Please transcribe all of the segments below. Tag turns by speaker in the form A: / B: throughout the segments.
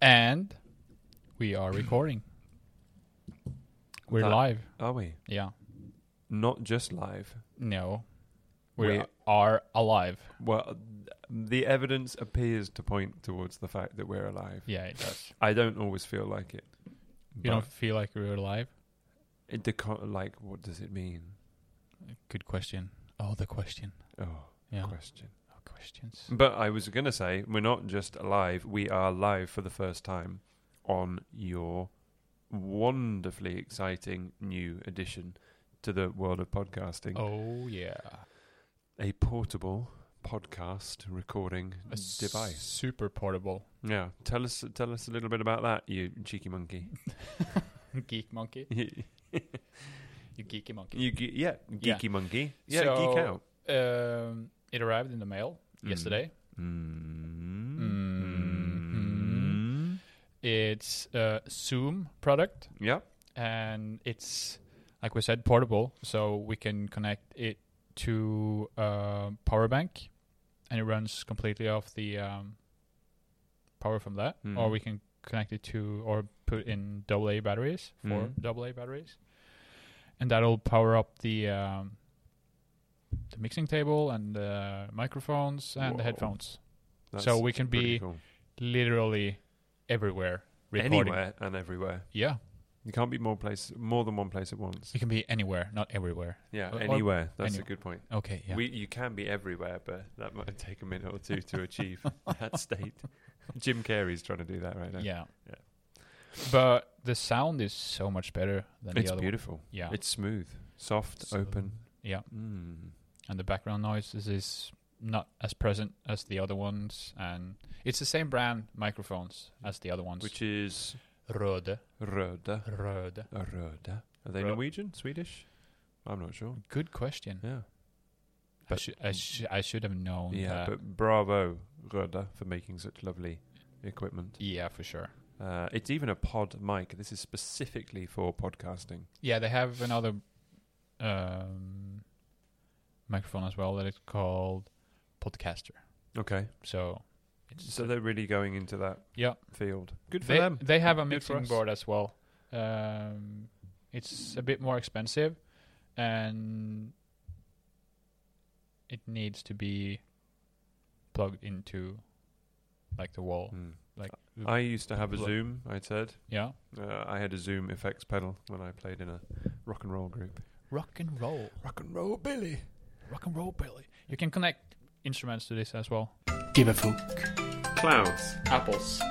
A: And we are recording. We're
B: That-
A: live.
B: Are we?
A: Yeah.
B: Not just live.
A: No. We
B: We-
A: are alive.
B: Well, the evidence appears to point towards the fact that we're alive.
A: Yeah, it does.
B: I don't always feel like it.
A: You don't feel like we're alive?
B: It deco- like, what does it mean?
A: Good question. Oh, the question.
B: Oh,
A: Yeah.
B: question.
A: Oh, questions.
B: But I was going to say, we're not just alive, we are live for the first time on your wonderfully exciting new addition to the world of podcasting
A: Oh, yeah.
B: a portable podcast recording
A: A s-
B: device.
A: Super portable.
B: Yeah, tell us tell us a little bit about that, you cheeky monkey.
A: geek monkey.
B: you
A: You geeky monkey.
B: ge- yeah, geeky
A: Yeah.
B: monkey. Yeah,
A: So-
B: geek out.
A: Um, it arrived in the mail
B: Mm.
A: yesterday.
B: Mm.
A: Mhm. It's a Zoom product.
B: Yeah,
A: and it's like we said portable so we can connect it to a power bank and it runs completely off the um, power from that
B: Mm.
A: or we can connect it to or put in AA batteries for
B: Mm.
A: AA batteries and that'll power up the um, the mixing table and the microphones and the
B: Whoa.
A: headphones
B: that's
A: so we can
B: pretty
A: be
B: cool.
A: literally everywhere recording
B: anywhere and everywhere.
A: yeah
B: You can't be more place, more than one place at once.
A: it can be anywhere not everywhere
B: Yeah,
A: Or- or
B: anywhere. That's
A: any-
B: a good point.
A: okay yeah
B: We you can be everywhere, but that might take a minute or two to achieve that state. Jim Carrey's trying to do that right now.
A: Yeah.
B: Yeah.
A: But the sound is so much better than
B: it's
A: the other
B: beautiful.
A: one. Yeah.
B: It's smooth, soft,
A: So-
B: open.
A: yeah.
B: Mm.
A: and the background noise is, is not as present as the other ones and it's the same brand microphones as the other ones.
B: Which is
A: Rode.
B: Röda.
A: Rode.
B: Röda. Are they
A: Rö-
B: Norwegian? Swedish? I'm not sure.
A: Good question.
B: Yeah.
A: I,
B: But-
A: should I, sh- I should have known
B: Yeah,
A: that.
B: but bravo, Röda, for making such lovely equipment.
A: yeah, for sure.
B: Uh, it's even a pod mic. This is specifically for podcasting.
A: Yeah, they have another um, microphone as well that is called Podcaster.
B: Okay.
A: So it's
B: So they're really going into that
A: yeah.
B: field. Good for
A: they,
B: them.
A: They have a
B: Good for
A: mixing
B: us.
A: board as well. Um, it's a bit more expensive, and it needs to be plugged into like the wall.
B: Mm.
A: Like
B: I used to have a
A: Look.
B: Zoom, I said.
A: yeah,
B: Uh, I had a Zoom effects pedal when I played in a rock and roll group.
A: rock and roll,
B: Rock and roll, Billy.
A: rock and roll, Billy. You can connect instruments to this as well.
C: Give a fuck.
B: Clouds,
C: Apples.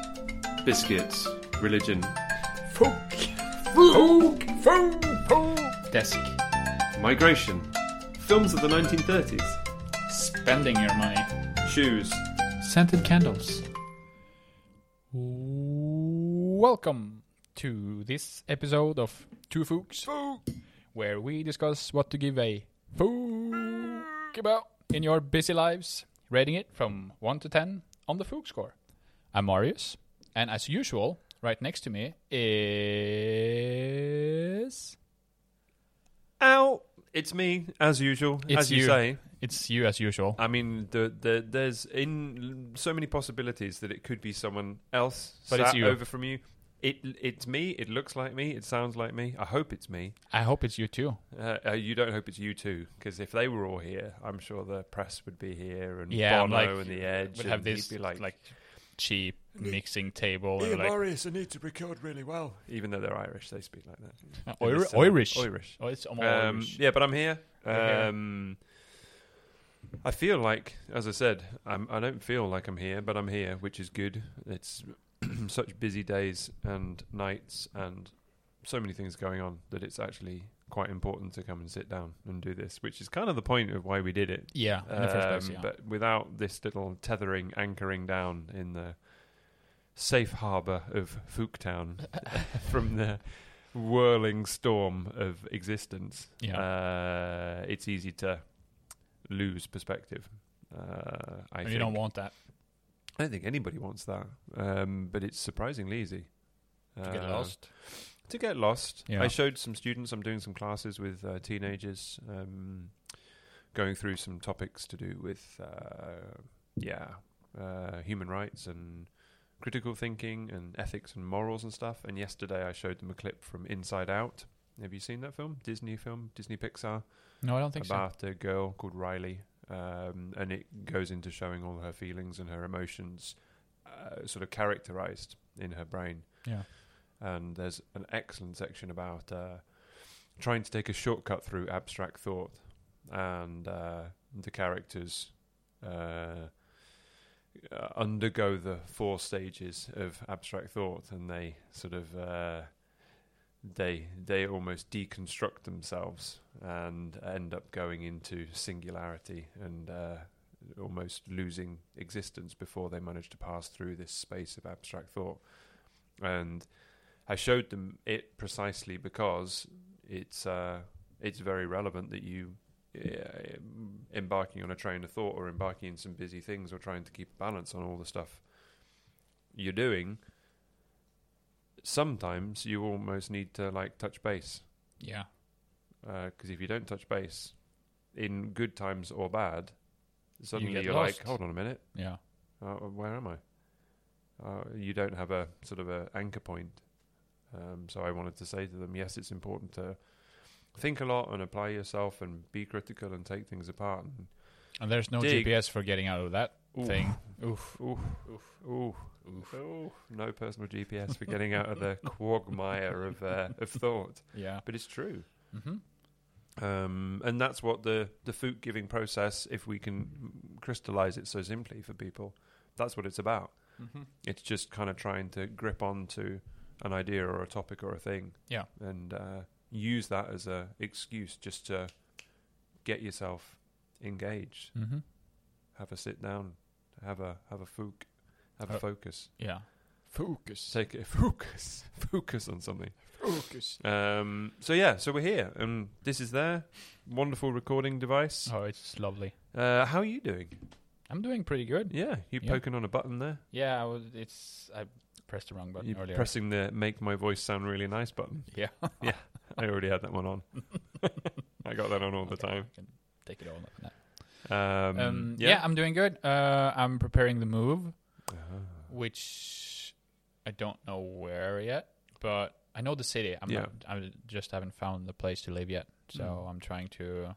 B: biscuits, religion,
C: Fuck. Fuck. Fuck. Desk.
B: migration, films of the 1930s,
A: Spending your money.
B: shoes.
A: Scented candles. Welcome to this episode of Two Fooks, where we discuss what to give a fook about in your busy lives, rating it from 1 to 10 on the Fook score. I'm Marius, and as usual, right next to me is.
B: Ow! It's me, as usual.
A: It's
B: as you,
A: you.
B: say,
A: It's you as usual.
B: I mean, the, the, there's in so many possibilities that it could be someone else
A: But
B: sat
A: it's you.
B: over from you. It, it's me. It looks like me. It sounds like me. I hope it's me.
A: I hope it's you too.
B: Uh, uh, you don't hope it's you too, because if they were all here, I'm sure the press would be here and
A: Yeah, I'm
B: Bono
A: like-
B: and the Edge.
A: We'd have
B: and he'd
A: this
B: be
A: like, cheap mixing table. and
B: Ian
A: like,
B: Morris, I need to record really well. Even though they're Irish, they speak like that.
A: Oi-
B: In this, uh,
A: Irish.
B: Irish.
A: Oh, it's almost
B: Um, yeah, but I'm here.
A: You're here.
B: Um, I feel like, as I said, I'm, I don't feel like I'm here, but I'm here, which is good. It's such busy days and nights and so many things going on that it's actually quite important to come and sit down and do this, which is kind of the point of why we did it.
A: Yeah, in the first place,
B: Um,
A: yeah.
B: But without this little tethering, anchoring down in the safe harbour of Fooktown from the whirling storm of existence,
A: Yeah.
B: uh, it's easy to lose perspective. Uh, I
A: and
B: think.
A: you don't want that
B: I don't think anybody wants that, um, but it's surprisingly easy
A: to get
B: Uh,
A: lost.
B: to get lost.
A: Yeah.
B: I showed some students. I'm doing some classes with uh, teenagers, um, going through some topics to do with, uh, yeah, uh, human rights and critical thinking and ethics and morals and stuff. And yesterday I showed them a clip from Inside Out. Have you seen that film? Disney film, Disney Pixar,
A: No, I don't think so.
B: about a girl called Riley, um, and it goes into showing all her feelings and her emotions, uh, sort of characterized in her brain.
A: Yeah.
B: And there's an excellent section about uh, trying to take a shortcut through abstract thought, and uh, the characters uh, uh, undergo the four stages of abstract thought, and they sort of uh, they they almost deconstruct themselves and end up going into singularity and. Uh, Almost losing existence before they manage to pass through this space of abstract thought, and I showed them it precisely because it's uh, it's very relevant that you uh, embarking on a train of thought or embarking in some busy things or trying to keep a balance on all the stuff you're doing. Sometimes you almost need to like touch base
A: Yeah.
B: because if you don't touch base in good times or bad, suddenly
A: get
B: you're
A: lost.
B: like, hold on a minute,
A: Yeah.
B: uh, where am I? Uh, you don't have a sort of a anchor point. Um, so I wanted to say to them, yes, it's important to think a lot and apply yourself and be critical and take things apart. And,
A: And there's no
B: Dig.
A: GPS for getting out of that
B: Oof.
A: thing.
B: Oof, oof, oof, oof, oof, No personal GPS for getting out of the quagmire of uh, of thought,
A: Yeah.
B: but it's true.
A: Mm-hmm.
B: Um, and that's what the the food giving process, if we can crystallize it so simply for people, that's what it's about.
A: Mm-hmm.
B: it's just kind of trying to grip onto an idea or a topic or a thing.
A: Yeah.
B: And uh, use that as a excuse just to get yourself engaged.
A: Mm-hmm.
B: Have a sit down. Have a have a fook. Have
A: Uh,
B: a focus.
A: Yeah. Focus.
B: Take a focus. Focus on something.
A: Focus.
B: Um, so yeah, so we're here, and this is there. Wonderful recording device.
A: Oh, it's lovely.
B: Uh, how are you doing?
A: I'm doing pretty good.
B: Yeah, you
A: Yeah.
B: poking on a button there.
A: Yeah, I was, it's I pressed the wrong button
B: You
A: earlier.
B: pressing the make my voice sound really nice button.
A: yeah.
B: I already had that one on. I got that on all the
A: Okay,
B: time.
A: I can take it all up now.
B: Um,
A: Um, yeah. I'm doing good. Uh, I'm preparing the move,
B: Uh,
A: which I don't know where yet, but I know the city. I'm
B: Yeah.
A: not, I just haven't found the place to live yet, so
B: Mm.
A: I'm trying to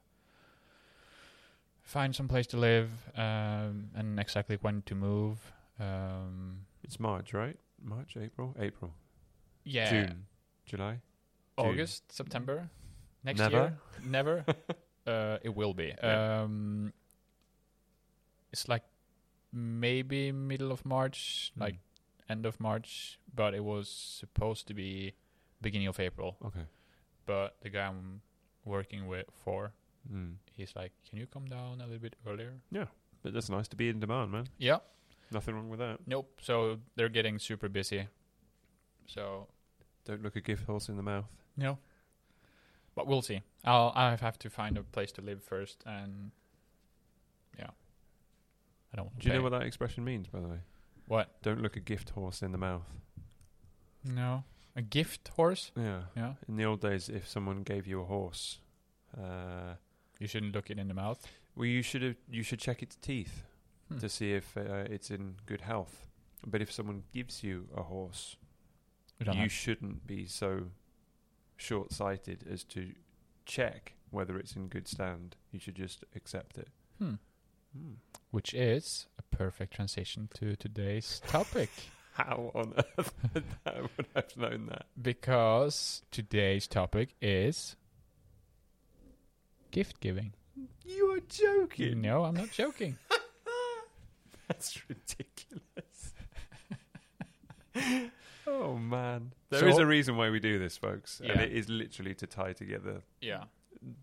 A: find some place to live um, and exactly when to move. Um,
B: It's March, right? March, April, April,
A: yeah,
B: June, July. June.
A: August, September, next
B: Never.
A: year. Never. uh, it will be.
B: Yeah.
A: Um, it's like maybe middle of March, Mm. like end of March, but it was supposed to be beginning of April.
B: Hmm. Okay.
A: But the guy I'm working with for,
B: Mm.
A: he's like, "Can you come down a little bit earlier?"
B: But that's nice to be in demand, man.
A: Yeah.
B: Nothing wrong with that.
A: Nope. So they're getting super busy. So
B: Don't look a gift horse in the mouth.
A: No. But we'll see. I'll I have to find a place to live first, and yeah, I don't.
B: Do you know what that expression means, by the way?
A: What?
B: Don't look a gift horse in the mouth.
A: No, a gift horse.
B: Yeah.
A: Yeah,
B: In the old days, if someone gave you a horse, uh,
A: you shouldn't look it in the mouth.
B: well, you should have, you should check its teeth
A: Hmm.
B: to see if uh, it's in good health. But if someone gives you a horse,
A: We don't
B: you
A: have-
B: shouldn't be so short sighted as to check whether it's in good stand. You should just accept it.
A: Hmm. Which is a perfect transition to today's topic,
B: How on earth I would have known that?
A: because today's topic is gift giving.
B: You are joking.
A: No, I'm not joking.
B: That's ridiculous. oh, man. There is
A: So-
B: a reason why we do this, folks. And
A: Yeah.
B: it is literally to tie together
A: yeah.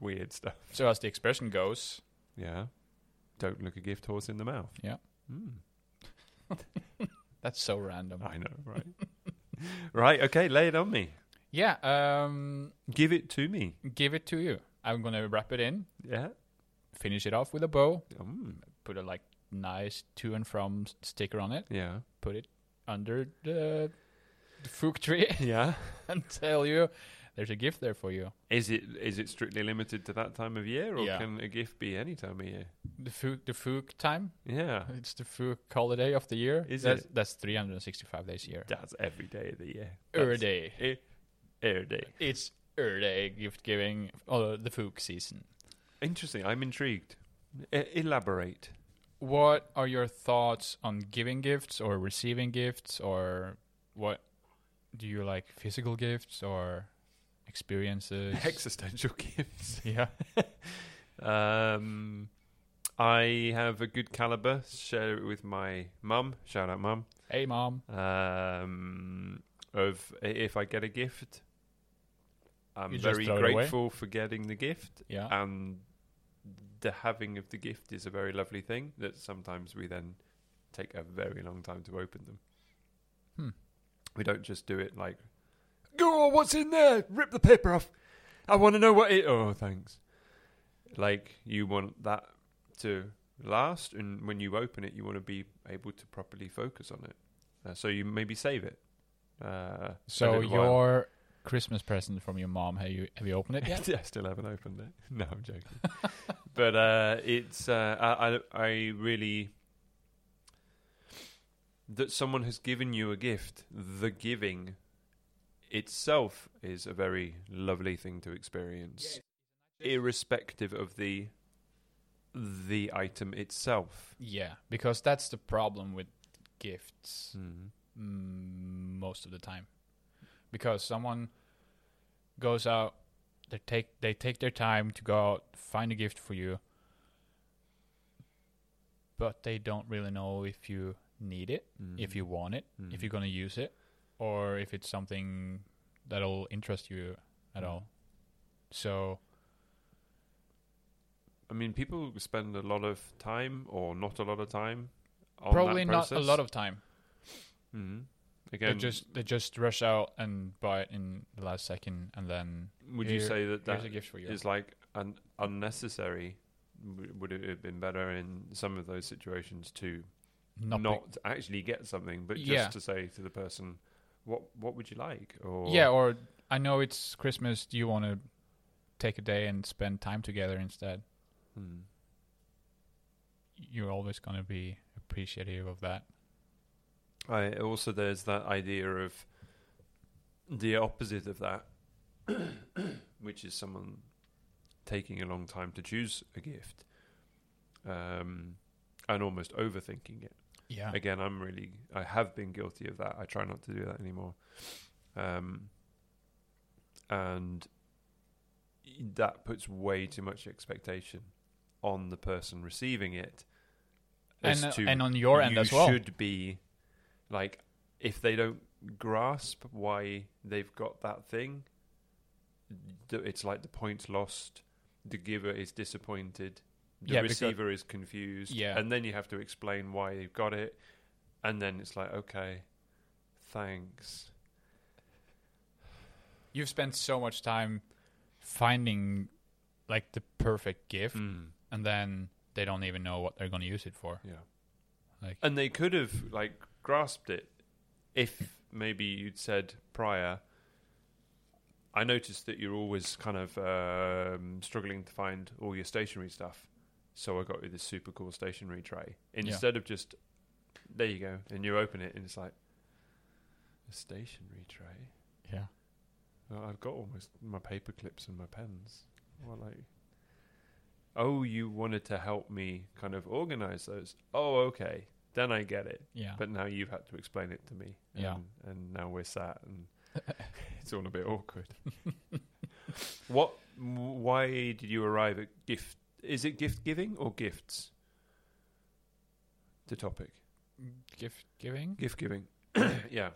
B: weird stuff.
A: So as the expression goes,
B: Yeah. Don't look a gift horse in the mouth.
A: Yeah.
B: Hmm.
A: that's so random.
B: I know, right? right, okay, lay it on me.
A: Yeah. Um.
B: Give it to me.
A: give it to you. I'm gonna wrap it in,
B: Yeah.
A: finish it off with a bow,
B: Mm.
A: put a like nice to and from s- sticker on it,
B: Yeah.
A: put it under the, the fruit tree,
B: Yeah.
A: and tell you There's a gift there for you.
B: Is it is it strictly limited to that time of year, or
A: Yeah.
B: can a gift be any time of year?
A: The Fook, the Fook time.
B: Yeah,
A: It's the Fook holiday of the year.
B: Is
A: that's, That's 365 days a year.
B: that's every day of the year.
A: Every
B: That's
A: day.
B: e- every day.
A: It's every day gift giving. Oh, the Fook season.
B: Interesting. I'm intrigued. E- elaborate.
A: What are your thoughts on giving gifts or receiving gifts or what do you like physical gifts or experiences?
B: Existential gifts.
A: yeah.
B: Um, I have a good caliber. Share it with my mum. Shout out, mum.
A: Hey mom.
B: Um, of i- if I get a gift, I'm
A: You just
B: very
A: throw it away?
B: grateful for getting the gift,
A: Yeah.
B: and the having of the gift is a very lovely thing. That sometimes we then take a very long time to open them.
A: Hmm.
B: We don't just do it like, go on, what's in there? Rip the paper off. I want to know what it. Oh, thanks. Like you want that to last, and when you open it, you want to be able to properly focus on it. Uh, so you maybe save it. Uh, a
A: So
B: little while.
A: your Christmas present from your mom, have you have you opened it yet?
B: I still haven't opened it. No, I'm joking. but uh, it's uh, I, I I really that someone has given you a gift. The giving itself is a very lovely thing to experience, irrespective of the the item itself.
A: yeah, because that's the problem with gifts. mm, most of the time because someone goes out they take they take their time to go out find a gift for you but they don't really know if you need it
B: Mm-hmm.
A: if you want it if you're going to use it or if it's something that'll interest you at
B: Mm-hmm.
A: all so
B: Mm-hmm. I mean, people spend a lot of time or not a lot of time. On
A: probably
B: that
A: not a
B: process.
A: lot of time
B: Mhm.
A: they
B: Again,
A: just they just rush out and buy it in the last second and then
B: would you
A: here-
B: say that
A: here's
B: that
A: a gift for you
B: is like un- unnecessary. W- Would it have been better in some of those situations to
A: not,
B: not,
A: be-
B: actually get something, but just
A: Yeah.
B: to say to the person, "What what would you like?" Or
A: Yeah, or I know it's Christmas. Do you want to take a day and spend time together instead?
B: Hmm.
A: You're always going to be appreciative of that.
B: I also there's that idea of the opposite of that, which is someone taking a long time to choose a gift, um, and almost overthinking it.
A: Yeah.
B: again i'm really i have been guilty of that i try not to do that anymore um and that puts way too much expectation on the person receiving it as
A: and, uh,
B: to
A: and on your end
B: you
A: as well.
B: should be like if they don't grasp why they've got that thing th- it's like the points lost the giver is disappointed the
A: Yeah, because-
B: receiver is confused
A: Yeah.
B: and then you have to explain why they've got it and then it's like okay thanks
A: You've spent so much time finding like the perfect gift,
B: Mm.
A: and then they don't even know what they're going to use it for.
B: Hmm, yeah
A: Like,
B: and they could have like grasped it if maybe you'd said prior i noticed that you're always kind of um, struggling to find all your stationery stuff so i got you this super cool stationery tray instead of just there you go and you open it and it's like a stationery tray
A: yeah.
B: well, i've got almost my paper clips and my pens well like oh you wanted to help me kind of organize those oh okay then i get it
A: Yeah.
B: but now you've had to explain it to me. And,
A: Yeah.
B: And now we're sat and it's all a bit awkward. what? Why did you arrive at gift? Is it gift giving or gifts? The topic.
A: gift giving?
B: Gift giving. yeah.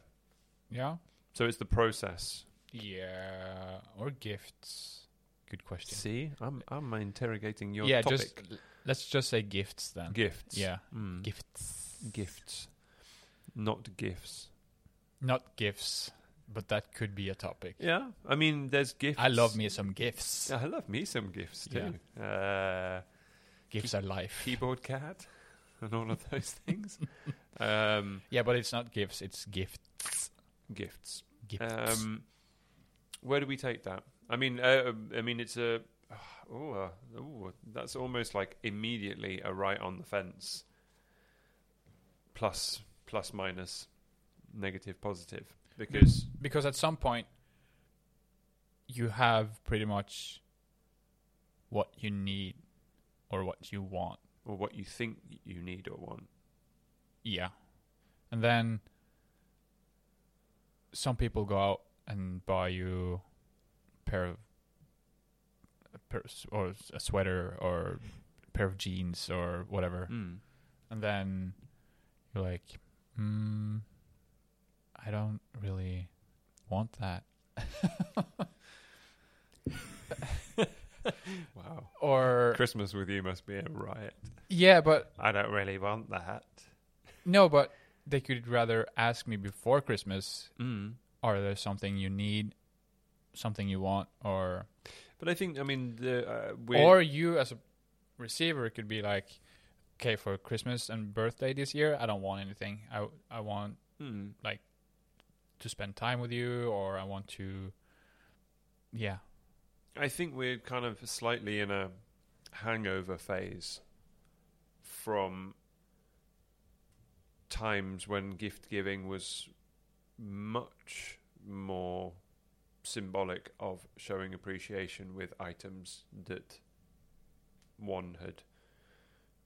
A: Yeah.
B: So it's the process.
A: Yeah. Or gifts. Good question.
B: See, I'm I'm interrogating your
A: yeah,
B: topic.
A: just let's just say gifts then.
B: gifts.
A: Yeah.
B: Mm.
A: Gifts.
B: Gifts. Not gifts.
A: Not gifts, but that could be a topic.
B: Yeah. I mean, there's gifts.
A: I love me some gifts.
B: I love me some gifts too. Uh,
A: Gifts are life.
B: keyboard cat and all of those things. um,
A: Yeah, but it's not gifts, it's gifts.
B: gifts.
A: Gifts.
B: Um, Where do we take that? I mean, uh, I mean, it's a. Oh, uh, ooh, that's almost like immediately a right on the fence. Plus, plus, minus, negative, positive, because
A: because at some point you have pretty much what you need or what you want.
B: or what you think you need or want.
A: Yeah. And then some people go out and buy you a pair of a pair of s- or a sweater or a pair of jeans or whatever.
B: Mm.
A: And then you're like, mm, I don't really want that.
B: Wow,
A: Or
B: Christmas with you must be a riot.
A: yeah, but
B: I don't really want that.
A: No, but they could rather ask me before Christmas,
B: Mm.
A: are there something you need, something you want, or
B: But I think, I mean, the uh, we
A: or you as a receiver could be like, okay, for Christmas and birthday this year, I don't want anything. I I want
B: Mm.
A: to spend time with you, or I want to, yeah,
B: I think we're kind of slightly in a hangover phase from times when gift giving was much more symbolic of showing appreciation with items that one had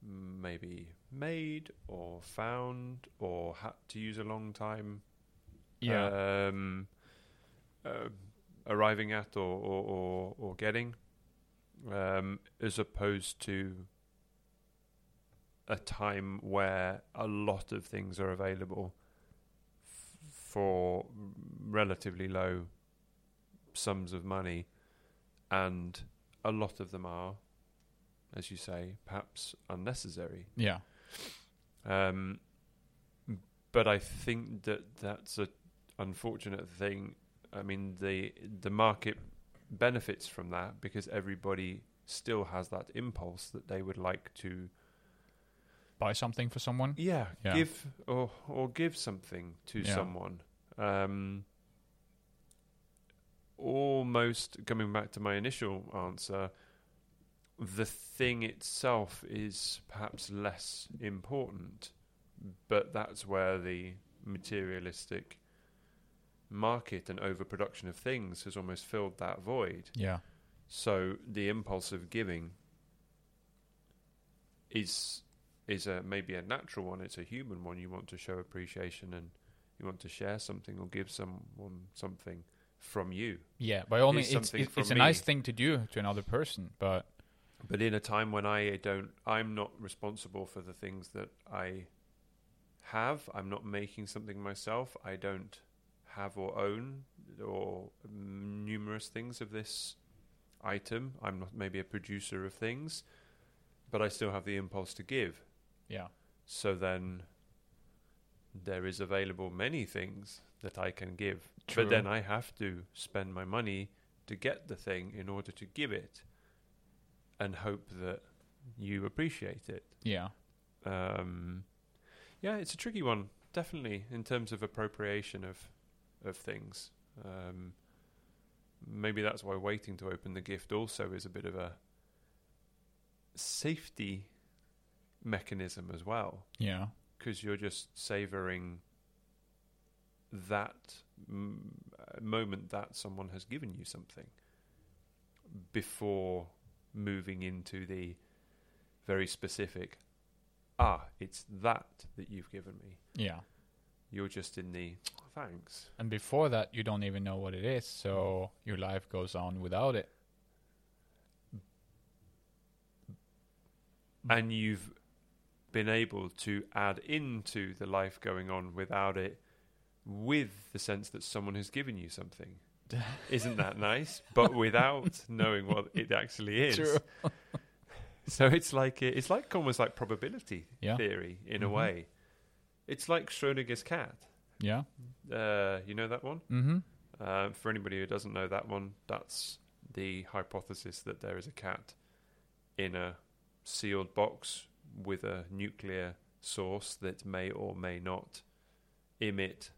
B: maybe made or found or had to use a long time
A: yeah,
B: um, uh, arriving at or or, or, or getting, um, as opposed to a time where a lot of things are available f- for relatively low sums of money, and a lot of them are, as you say, perhaps unnecessary.
A: yeah,
B: Um, but I think that that's a unfortunate thing. I mean, the the market benefits from that because everybody still has that impulse that they would like to
A: buy something for someone.
B: yeah,
A: Yeah.
B: give or or give something to
A: Yeah.
B: someone. Um, almost coming back to my initial answer, the thing itself is perhaps less important, but that's where the materialistic market and overproduction of things has almost filled that void.
A: Yeah,
B: So the impulse of giving is is a maybe a natural one. It's a human one. You want to show appreciation and you want to share something or give someone something from you.
A: yeah. By all means,
B: Here's
A: it's
B: something
A: it's,
B: from
A: it's a
B: me.
A: nice thing to do to another person, but
B: But in a time when I don't, I'm not responsible for the things that I have. I'm not making something myself. I don't have or own or numerous things of this item. I'm not maybe a producer of things, but I still have the impulse to give.
A: yeah,
B: So then there is available many things that I can give.
A: True.
B: But then I have to spend my money to get the thing in order to give it and hope that you appreciate it.
A: yeah,
B: Um, yeah, it's a tricky one, definitely, in terms of appropriation of of things. Um, maybe that's why waiting to open the gift also is a bit of a safety mechanism as well
A: yeah,
B: because you're just savoring that m- uh, moment that someone has given you something before moving into the very specific ah it's that that you've given me
A: yeah.
B: you're just in the thanks
A: And before that, you don't even know what it is, so your life goes on without it. Mm.
B: and you've been able to add into the life going on without it with the sense that someone has given you something isn't that nice but without knowing what it actually is
A: True.
B: so it's like it's like almost like probability
A: Yeah.
B: theory in a
A: Mhm.
B: way it's like schrodinger's cat
A: Yeah.
B: uh, you know that one
A: Mm-hmm.
B: uh, for anybody who doesn't know that one, that's the hypothesis that there is a cat in a sealed box with a nuclear source that may or may not emit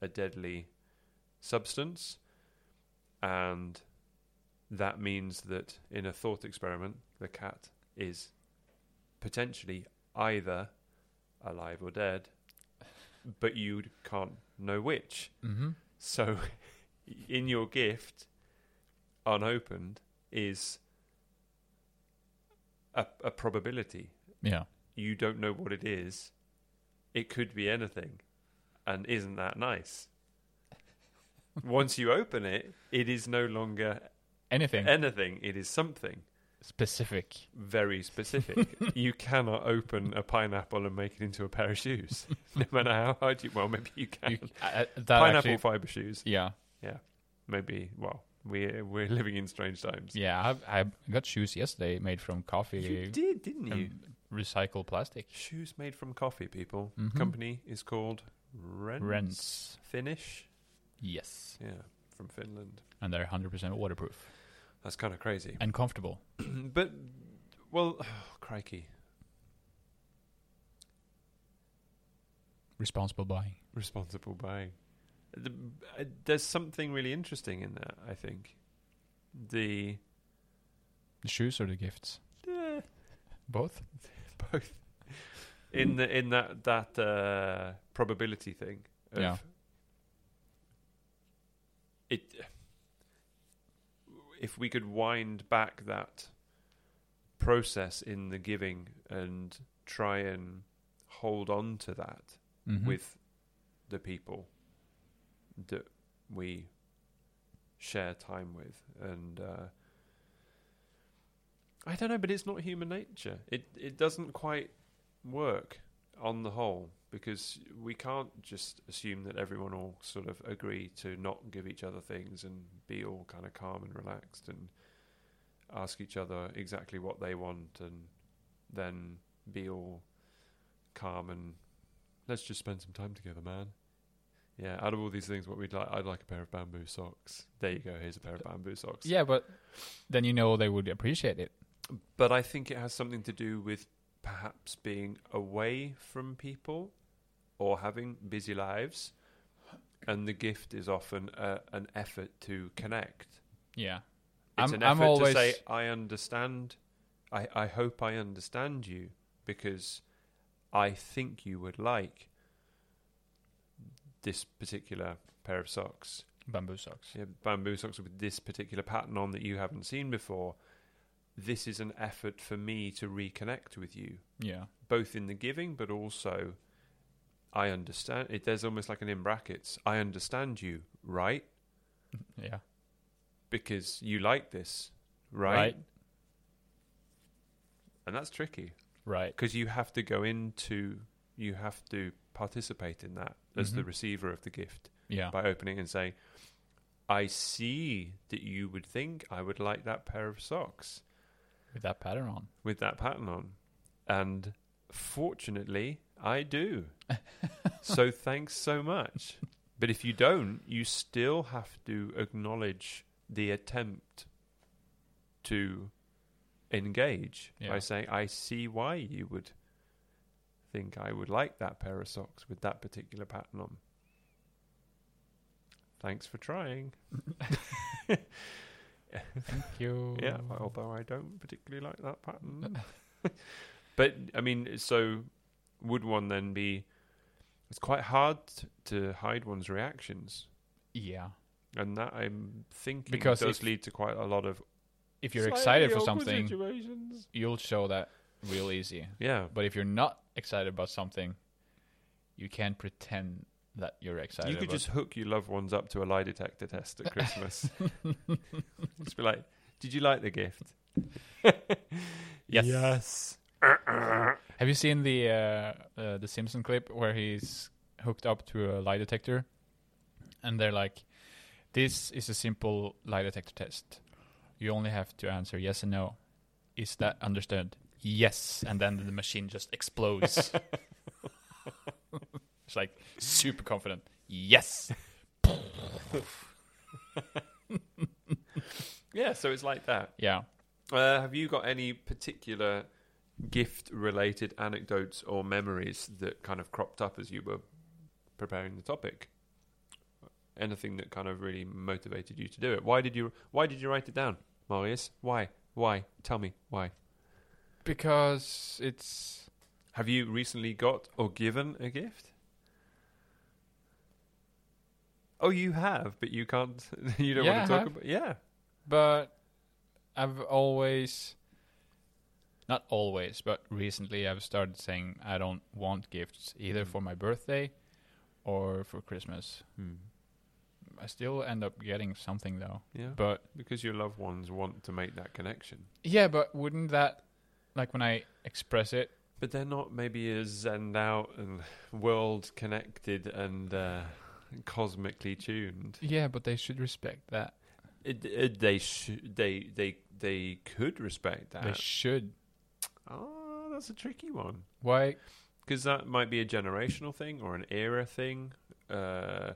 B: a deadly substance. and that means that in a thought experiment, the cat is potentially either alive or dead, but you can't know which.
A: Mm-hmm.
B: So, in your gift, unopened is a, a probability.
A: Yeah.
B: You don't know what it is. It could be anything, and isn't that nice? Once you open it, it is no longer
A: Anything
B: anything. It is something
A: specific.
B: very specific. you cannot open a pineapple and make it into a pair of shoes, no matter how hard you. Well, maybe you can.
A: You, uh, that
B: pineapple
A: actually,
B: fiber shoes
A: yeah.
B: maybe well we're we're living in strange times
A: Yeah. I, I got shoes yesterday made from
B: you
A: coffee,
B: did didn't you
A: um, recycled plastic.
B: shoes made from coffee people
A: Mhm.
B: company is called Rents.
A: Rents.
B: finnish
A: Yes.
B: yeah from finland
A: And they're 100% waterproof
B: that's kind of crazy
A: and comfortable.
B: but well crikey
A: Responsible buying.
B: responsible buying the, uh, there's something really interesting in that i think the
A: The shoes or the gifts?
B: eh,
A: Both.
B: both in the in that that uh, probability thing. Of
A: Yeah.
B: It if we could wind back that process in the giving and try and hold on to that
A: Mhm.
B: with the people that we share time with and uh, I don't know but it's not human nature it it doesn't quite work on the whole because we can't just assume that everyone will sort of agree to not give each other things and be all kind of calm and relaxed and ask each other exactly what they want and then be all calm and let's just spend some time together, man. Yeah, out of all these things, what we'd like, I'd like a pair of bamboo socks. There you go. Here's a pair of bamboo socks.
A: Yeah, but then you know they would appreciate it.
B: But I think it has something to do with perhaps being away from people or having busy lives. And the gift is often a, an effort to connect.
A: Yeah.
B: It's
A: I'm-
B: an
A: I'm
B: effort
A: always-
B: to say, I understand. I, I hope I understand you because I think you would like this particular pair of socks.
A: Bamboo socks.
B: Yeah, bamboo socks with this particular pattern on that you haven't seen before. This is an effort for me to reconnect with you,
A: Yeah.
B: both in the giving, but also I understand. It there's almost like an in brackets. I understand you, right?
A: Yeah.
B: Because you like this, right? And that's tricky
A: Right.
B: because you have to go into, you have to participate in that as the
A: Mhm.
B: receiver of the gift.
A: Yeah.
B: by opening and saying, I see that you would think I would like that pair of socks
A: With that pattern on.
B: with that pattern on. And fortunately, I do. so thanks so much. But if you don't, you still have to acknowledge the attempt to engage
A: Yeah.
B: by saying, I see why you would think I would like that pair of socks with that particular pattern on. Thanks for trying.
A: Thank you.
B: Yeah, although I don't particularly like that pattern. but I mean, so would one then be? It's quite hard t- to hide one's reactions,
A: Yeah.
B: and that I'm thinking
A: Because
B: does
A: if-
B: lead to quite a lot of.
A: If you're
B: slightly
A: excited for
B: awkward
A: something,
B: situations.
A: you'll show that real easy.
B: Yeah,
A: But if you're not excited about something, you can't pretend that you're excited.
B: you could
A: about
B: just hook your loved ones up to a lie detector test at Christmas. just be like, "Did you like the gift?"
A: Yes.
B: Yes.
A: Have you seen the uh, uh, the Simpson clip where he's hooked up to a lie detector, and they're like, "This is a simple lie detector test. You only have to answer yes and no. Is that understood? Yes." And then the machine just explodes. it's like super confident. Yes.
B: Yeah, so it's like that.
A: Yeah.
B: Uh, have you got any particular gift related anecdotes or memories that kind of cropped up as you were preparing the topic? anything that kind of really motivated you to do it. Why did you Why did you write it down, Marius? Why? Why? Tell me why.
A: Because it's
B: Have you recently got or given a gift? Oh, you have, but you can't. You don't
A: Yeah, I
B: want to talk
A: have.
B: about. Yeah,
A: but I've always not always, but recently I've started saying I don't want gifts either for my birthday or for Christmas. I still end up getting something though.
B: yeah,
A: But
B: because your loved ones want to make that connection,
A: yeah, but wouldn't that like when I express it
B: but they're not maybe as zen out and world connected and uh, cosmically tuned.
A: yeah, but they should respect that.
B: It, it, they sh- they they they could respect
A: They
B: that.
A: should.
B: oh, that's a tricky one
A: Why
B: because that might be a generational thing or an era thing. Uh,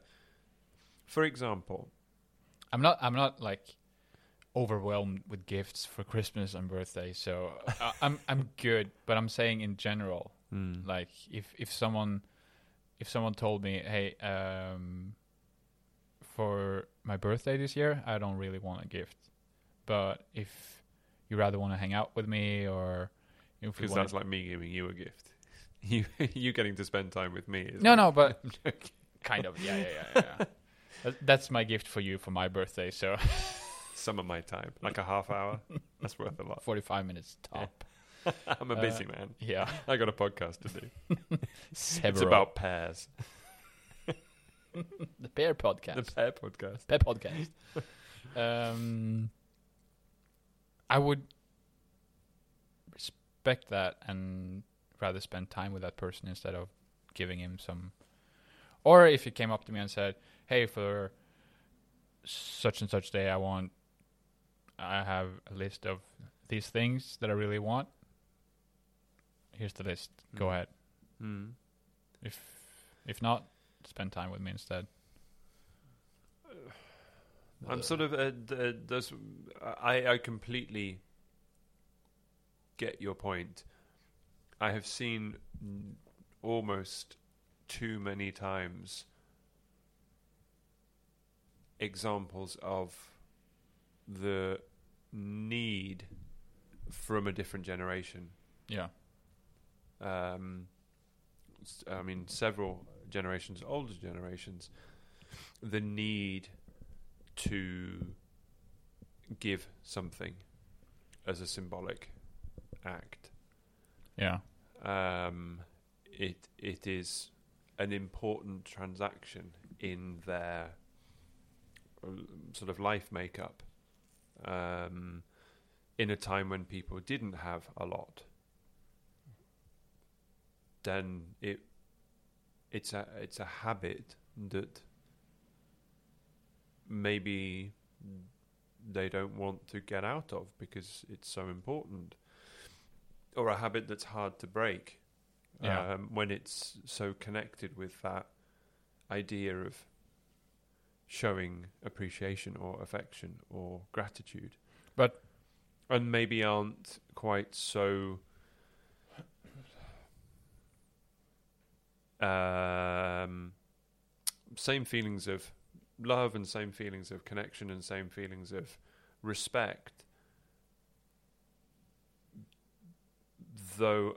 B: for example,
A: I'm not I'm not like overwhelmed with gifts for Christmas and birthday, so I, I'm I'm good, but I'm saying in general
B: Hmm.
A: like if if someone if someone told me hey um for my birthday this year i don't really want a gift but if you rather want to hang out with me or if we
B: because
A: want
B: that's like me giving you a gift. You you getting to spend time with me? Is
A: no
B: like-
A: no but kind of yeah yeah yeah, yeah, yeah. That- that's my gift for you for my birthday so
B: Some of my time, like a half hour, that's worth a lot.
A: 45 minutes top
B: I'm a
A: Uh,
B: busy man.
A: yeah
B: I got a podcast to do.
A: Several.
B: It's about pears.
A: the bear podcast
B: The pear podcast.
A: Pep podcast. um, I would respect that and rather spend time with that person instead of giving him some. Or if he came up to me and said, "Hey, for such and such day, I want, I have a list of these things that I really want. Here's the list. Go
B: Mm.
A: ahead.
B: Mm.
A: If if not, spend time with me instead."
B: I'm sort of uh, d- uh, that's, I I completely get your point. I have seen n- almost too many times examples of the need from a different generation
A: yeah.
B: um, s- I mean, several generations, older generations, the need to give something as a symbolic act.
A: Yeah.
B: Um, it it is an important transaction in their um, sort of life makeup. Um, in a time when people didn't have a lot, then it it's a it's a habit that maybe they don't want to get out of because it's so important, or a habit that's hard to break
A: Yeah.
B: um, when it's so connected with that idea of showing appreciation or affection or gratitude.
A: But-
B: and maybe aren't quite so um, same feelings of love and same feelings of connection and same feelings of respect. Though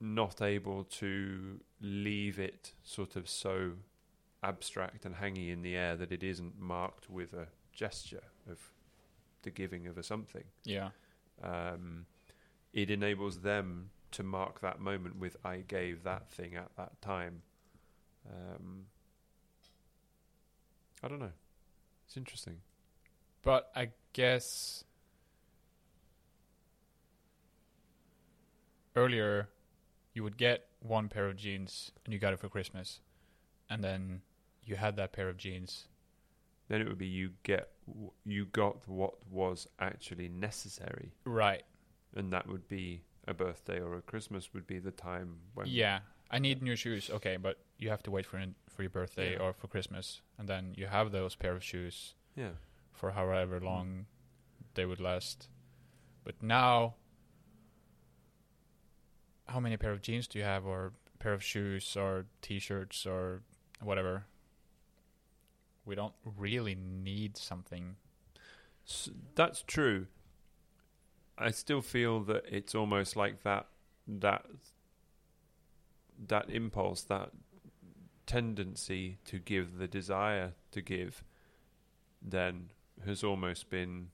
B: not able to leave it sort of so abstract and hangy in the air that it isn't marked with a gesture of the giving of a something.
A: Yeah.
B: Um, it enables them to mark that moment with "I gave that thing at that time." Um, I don't know. It's interesting.
A: But I guess earlier you would get one pair of jeans and you got it for Christmas. And then you had that pair of jeans.
B: Then it would be you get w- you got what was actually necessary,
A: Right.
B: and that would be a birthday or a Christmas would be the time when
A: Yeah. I need new shoes. Okay, but you have to wait for for your birthday
B: Yeah.
A: or for Christmas and then you have those pair of shoes
B: yeah
A: for however long they would last. But now, how many pair of jeans do you have, or pair of shoes, or T-shirts, or whatever? we don't really need something.
B: S that's true. I still feel that it's almost like that that that impulse, that tendency to give, the desire to give, then has almost been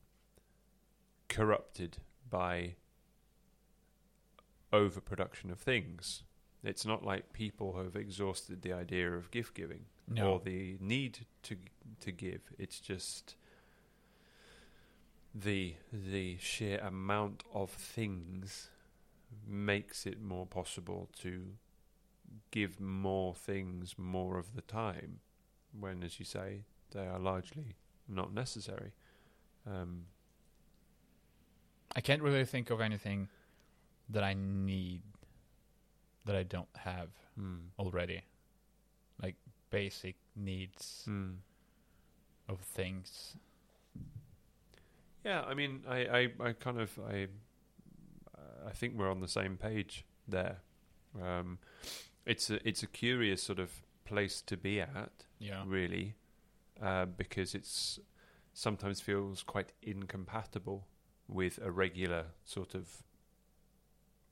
B: corrupted by overproduction of things. It's not like people have exhausted the idea of gift giving
A: No.
B: or the need to to give. It's just the the sheer amount of things makes it more possible to give more things more of the time when as you say they are largely not necessary um
A: I can't really think of anything that I need that I don't have
B: mm,
A: already. Like basic needs
B: mm.
A: of things.
B: Yeah, I mean, I, I, I kind of, I, I think we're on the same page there. Um, it's a, it's a curious sort of place to be at,
A: Yeah.
B: really, uh, because it's sometimes feels quite incompatible with a regular sort of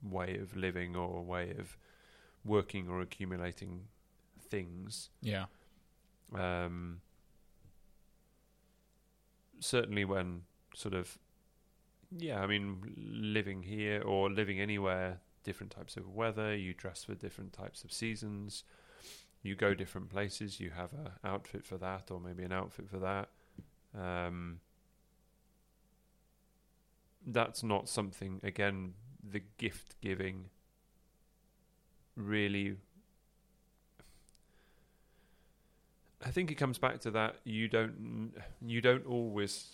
B: way of living or way of working or accumulating things
A: Yeah.
B: um, certainly when sort of yeah i mean living here or living anywhere different types of weather you dress for different types of seasons you go different places you have a outfit for that or maybe an outfit for that um, that's not something again the gift giving really I think it comes back to that you don't you don't always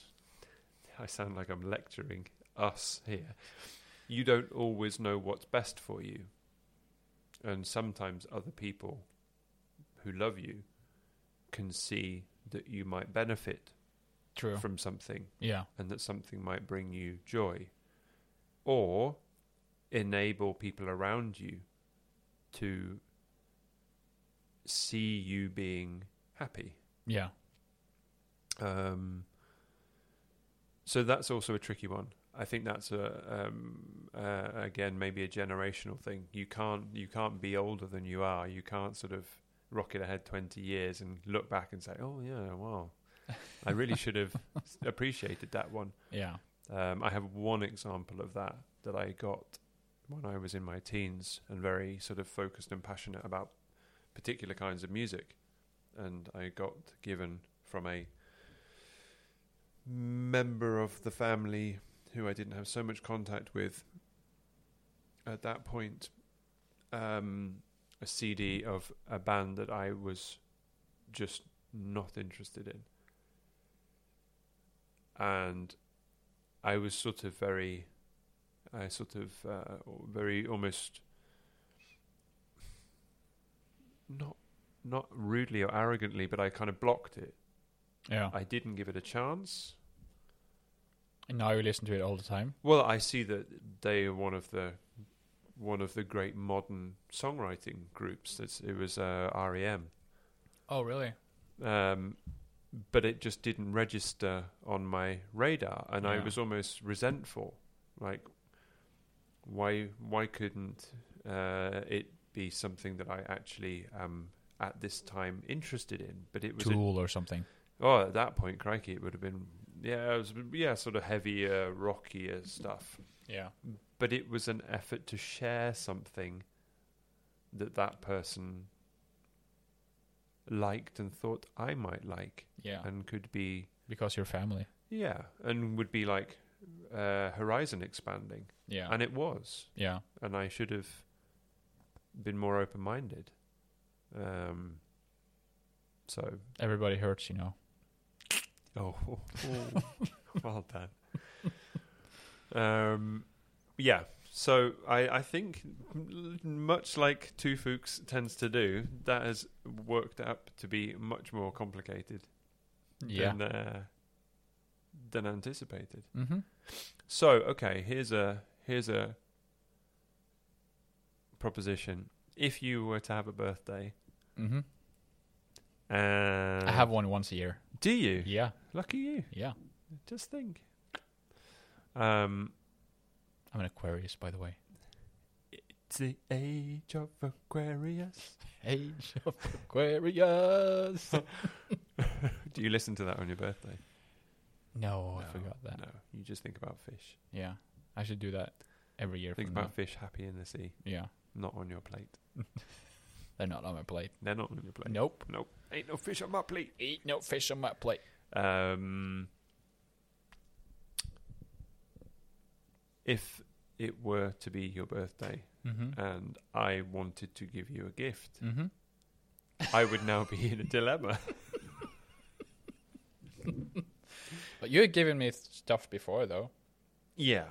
B: I sound like I'm lecturing us here. You don't always know what's best for you. And sometimes other people who love you can see that you might benefit
A: True.
B: from something
A: yeah.
B: and that something might bring you joy or enable people around you to see you being happy
A: Yeah.
B: um, so that's also a tricky one. I think that's a um, uh, again maybe a generational thing. You can't you can't be older than you are. You can't sort of rocket ahead twenty years and look back and say, "Oh yeah, wow, I really should have s- appreciated that one."
A: Yeah.
B: Um, I have one example of that that I got when I was in my teens and very sort of focused and passionate about particular kinds of music. And I got given from a member of the family who I didn't have so much contact with at that point um, a CD of a band that I was just not interested in. And I was sort of very, I sort of uh, very almost not not rudely or arrogantly, but I kind of blocked it.
A: Yeah.
B: I didn't give it a chance.
A: and now you listen to it all the time.
B: Well, I see that they are one of the one of the great modern songwriting groups. It's, it was uh, REM,
A: Oh, really?
B: um, but it just didn't register on my radar, and I
A: Yeah.
B: was almost resentful. Like, why why couldn't uh, it be something that I actually am at this time interested in? But it was a-
A: Tool or something.
B: oh at that point, crikey, it would have been yeah, it was yeah, sort of heavier, rockier stuff.
A: Yeah.
B: But it was an effort to share something that that person liked and thought I might like
A: Yeah.
B: and could be
A: because your family.
B: yeah and would be like uh, horizon expanding
A: Yeah.
B: and it was
A: yeah.
B: and i should have been more open minded um so
A: Everybody hurts, you know.
B: oh, well done um yeah so I, I think m- much like two Fuchs tends to do that has worked up to be much more complicated
A: Yeah.
B: than uh, than anticipated
A: Mm-hmm.
B: So, okay, here's a here's a proposition. If you were to have a birthday,
A: Mm-hmm.
B: Uh,
A: I have one once a year.
B: Do you?
A: Yeah,
B: Lucky you.
A: yeah.
B: Just think. Um,
A: I'm an Aquarius, by the way.
B: it's the age of Aquarius.
A: Age of Aquarius.
B: Do you listen to that on your birthday?
A: no,
B: No,
A: Oh, I forgot that.
B: No, you just think about fish.
A: Yeah, I should do that every year.
B: Think
A: from now.
B: about fish happy in the sea,
A: Yeah,
B: not on your plate.
A: they're not on my plate.
B: They're not on your plate.
A: Nope.
B: Nope. Ain't no fish on my plate.
A: Eat no fish on my plate.
B: Um, if it were to be your birthday
A: Mm-hmm.
B: and I wanted to give you a gift,
A: mm-hmm.
B: I would now be in a dilemma.
A: But you've given me stuff before, though.
B: Yeah,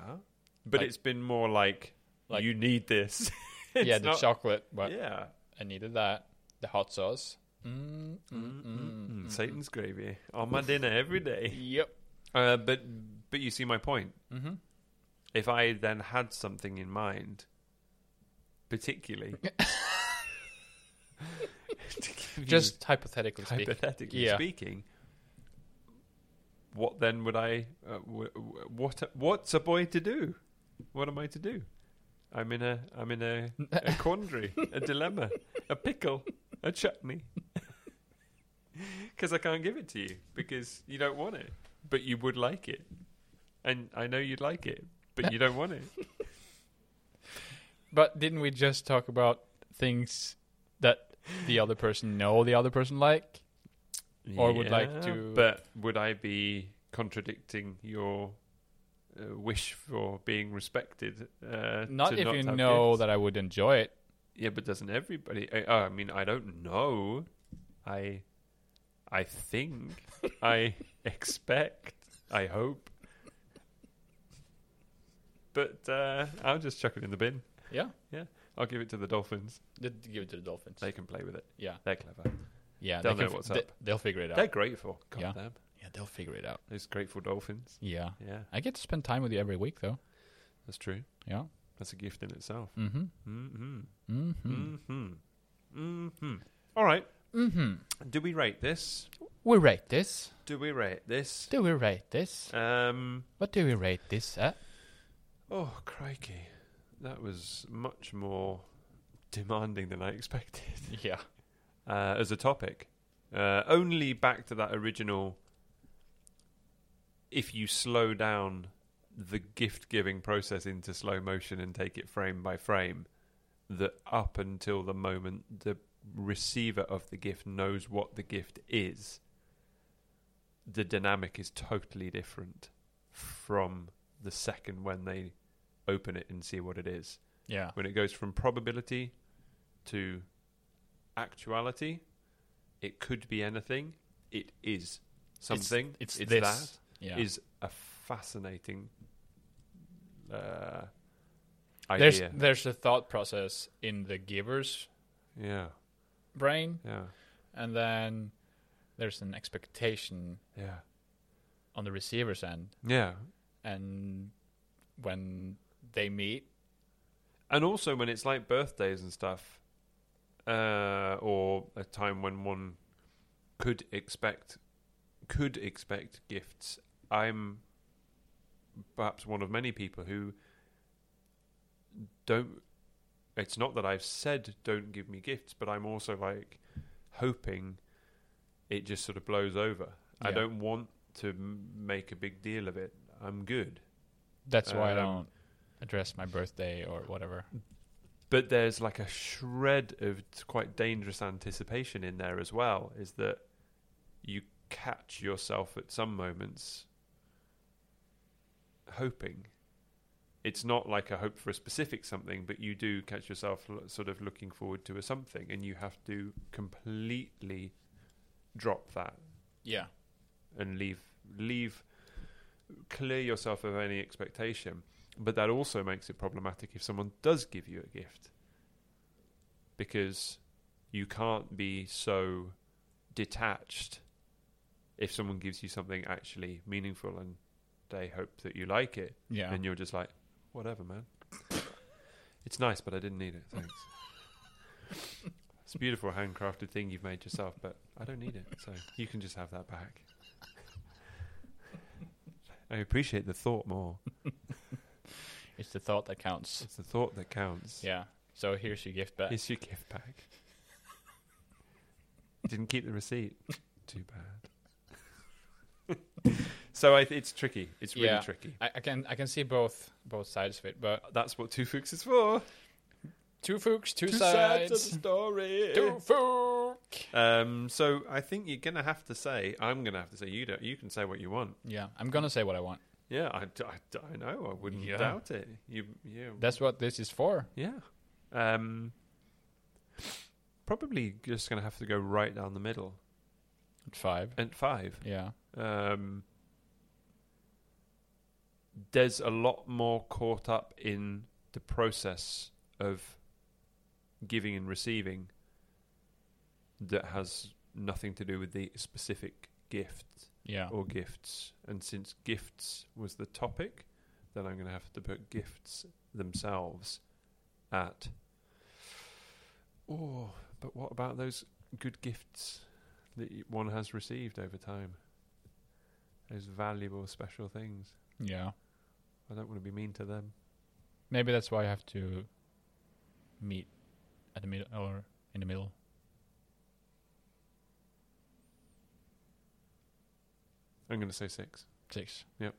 B: but
A: Like-
B: it's been more like,
A: Like-
B: you need this.
A: yeah,
B: It's
A: the
B: not-
A: chocolate. But
B: Yeah,
A: I needed that. The hot sauce. Mm,
B: Mm-hmm.
A: mm, mm, mm,
B: Satan's gravy on my dinner every
A: mm.
B: day.
A: Yep.
B: Uh, but but you see my point.
A: Mm-hmm.
B: If I then had something in mind, particularly to give you-
A: Just hypothetically speaking.
B: hypothetically
A: Yeah.
B: speaking, what then would I? Uh, w- w- what what's a boy to do? What am I to do? I'm in a I'm in a, a quandary, a dilemma, a pickle, a chutney, because I can't give it to you because you don't want it, but you would like it, and I know you'd like it, but you don't want it.
A: But didn't we just talk about things that the other person know the other person like? Or would like
B: Yeah,
A: to-
B: But would I be contradicting your uh, wish for being respected? Uh,
A: Not
B: to
A: if you
B: have
A: know
B: kids?
A: that I would enjoy it.
B: Yeah, but doesn't everybody? I, oh, I mean, I don't know. I, I think, I expect, I hope. But uh, I'll just chuck it in the bin.
A: Yeah.
B: I'll give it to the dolphins.
A: Did give it to the dolphins.
B: They can play with it.
A: yeah.
B: They're clever.
A: Yeah.
B: They'll
A: they can
B: know what's
A: they,
B: up.
A: They'll figure it out.
B: They're grateful. God
A: Yeah.
B: damn.
A: yeah, they'll figure it out.
B: Those grateful dolphins.
A: Yeah.
B: Yeah,
A: I get to spend time with you every week, though.
B: that's true.
A: Yeah.
B: That's a gift in itself.
A: Mm-hmm.
B: Mm-hmm.
A: Mm-hmm.
B: Mm-hmm. Mm-hmm. All right.
A: Mm-hmm.
B: Do we rate this?
A: We rate this.
B: Do we rate this?
A: Do we rate this?
B: Um.
A: What do we rate this uh? at?
B: Oh crikey, that was much more demanding than I expected
A: Yeah.
B: uh, as a topic. Uh, only back to that original. If you slow down the gift giving process into slow motion and take it frame by frame, that up until the moment the receiver of the gift knows what the gift is, the dynamic is totally different from the second when they open it and see what it is.
A: Yeah.
B: When it goes from probability to actuality, it could be anything. It is something.
A: it's this.
B: that
A: Yeah.
B: is a fascinating uh,
A: there's
B: idea.
A: there's a thought process in the giver's
B: Yeah,
A: brain,
B: yeah,
A: and then there's an expectation
B: yeah,
A: on the receiver's end,
B: yeah.
A: and when they meet,
B: And also when it's like birthdays and stuff, uh, or a time when one could expect could expect gifts. I'm perhaps one of many people who don't. It's not that I've said don't give me gifts, but I'm also like hoping it just sort of blows over. I
A: Yeah.
B: don't want to m- make a big deal of it. I'm good.
A: that's why I
B: Um,
A: don't address my birthday or whatever.
B: but there's like a shred of t- quite dangerous anticipation in there as well is that you catch yourself at some moments hoping it's not like a hope for a specific something but you do catch yourself l- sort of looking forward to a something and you have to completely drop that
A: Yeah.
B: and leave leave clear yourself of any expectation. But that also makes it problematic if someone does give you a gift. Because you can't be so detached if someone gives you something actually meaningful and they hope that you like it
A: Yeah.
B: and you're just like, whatever, man. it's nice, but I didn't need it. Thanks. It's a beautiful handcrafted thing you've made yourself, but I don't need it, so you can just have that back. I appreciate the thought more.
A: It's the thought that counts.
B: It's the thought that counts.
A: Yeah. So here's your gift back.
B: It's your gift back. Didn't keep the receipt. Too bad. so I th- it's tricky. It's really
A: Yeah.
B: tricky.
A: I, I can I can see both both sides of it, but
B: That's what two fooks is for.
A: two fooks, two,
B: sides of
A: sides,
B: the story.
A: two fook.
B: Um, so I think you're gonna have to say. I'm gonna have to say. You don't. You can say what you want.
A: Yeah, I'm gonna say what I want.
B: Yeah, I, d- I d- I know. I wouldn't
A: Yeah.
B: doubt it. You, yeah,
A: That's what this is for.
B: yeah. Um, probably just gonna have to go right down the middle
A: At Five.
B: and five.
A: Yeah.
B: Um, there's a lot more caught up in the process of giving and receiving that has nothing to do with the specific gift
A: Yeah.
B: or gifts. And since gifts was the topic, then I'm going to have to put gifts themselves at. Oh, but what about those good gifts that y- one has received over time? Those valuable, special things.
A: Yeah.
B: I don't want to be mean to them.
A: Maybe that's why I have to meet at the middle or in the middle.
B: I'm going to say six.
A: Six.
B: I'm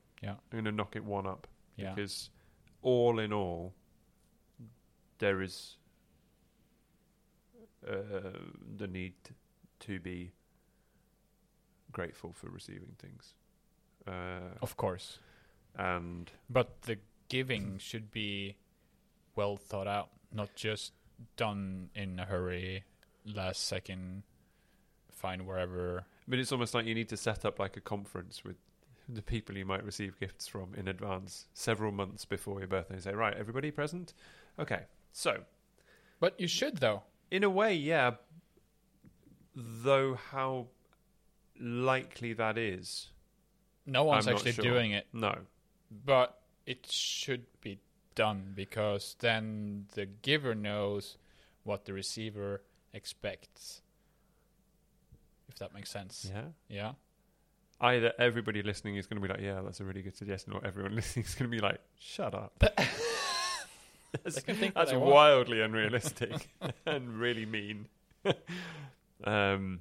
B: going to knock it one up.
A: Yeah.
B: because all in all, there is uh, the need to be grateful for receiving things, uh,
A: Of course.
B: and
A: But the giving should be well thought out, not just done in a hurry, last second, find wherever.
B: but it's almost like you need to set up like a conference with the people you might receive gifts from in advance, several months before your birthday, and say, right, everybody present, okay, so
A: But you should though.
B: In a way, yeah. Though how likely that is,
A: No one's
B: I'm not
A: actually
B: sure.
A: doing it,
B: no.
A: but it should be done because then the giver knows what the receiver expects. If that makes sense.
B: Yeah.
A: Yeah.
B: Either everybody listening is going to be like, "Yeah, that's a really good suggestion," or everyone listening is going to be like, "Shut up." that's
A: can think what
B: that's
A: they want.
B: wildly unrealistic and really mean. um,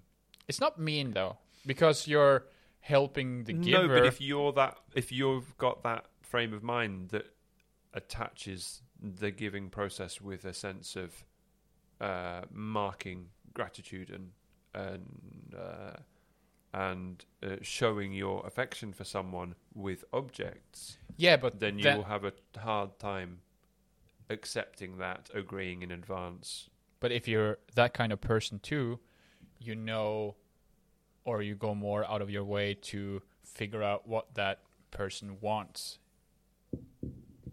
A: It's not mean though, because you're helping the giver.
B: No, but if you're that, if you've got that frame of mind that attaches the giving process with a sense of uh, marking gratitude and and uh, and uh, showing your affection for someone with objects,
A: yeah, but
B: then you
A: that-
B: will have a hard time accepting that, agreeing in advance.
A: But if you're that kind of person too, you know, or you go more out of your way to figure out what that person wants.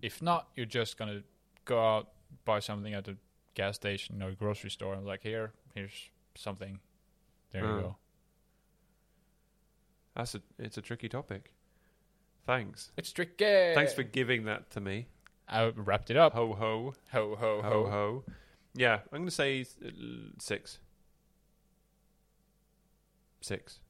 A: If not, you're just gonna go out buy something at the gas station or grocery store and like here, here's something. There
B: Mm.
A: you go.
B: That's a it's a tricky topic. Thanks.
A: It's tricky.
B: Thanks for giving that to me.
A: I wrapped it up.
B: Ho ho.
A: Ho ho ho.
B: Ho Oh, ho. Yeah, I'm going to say s- uh, six. Six.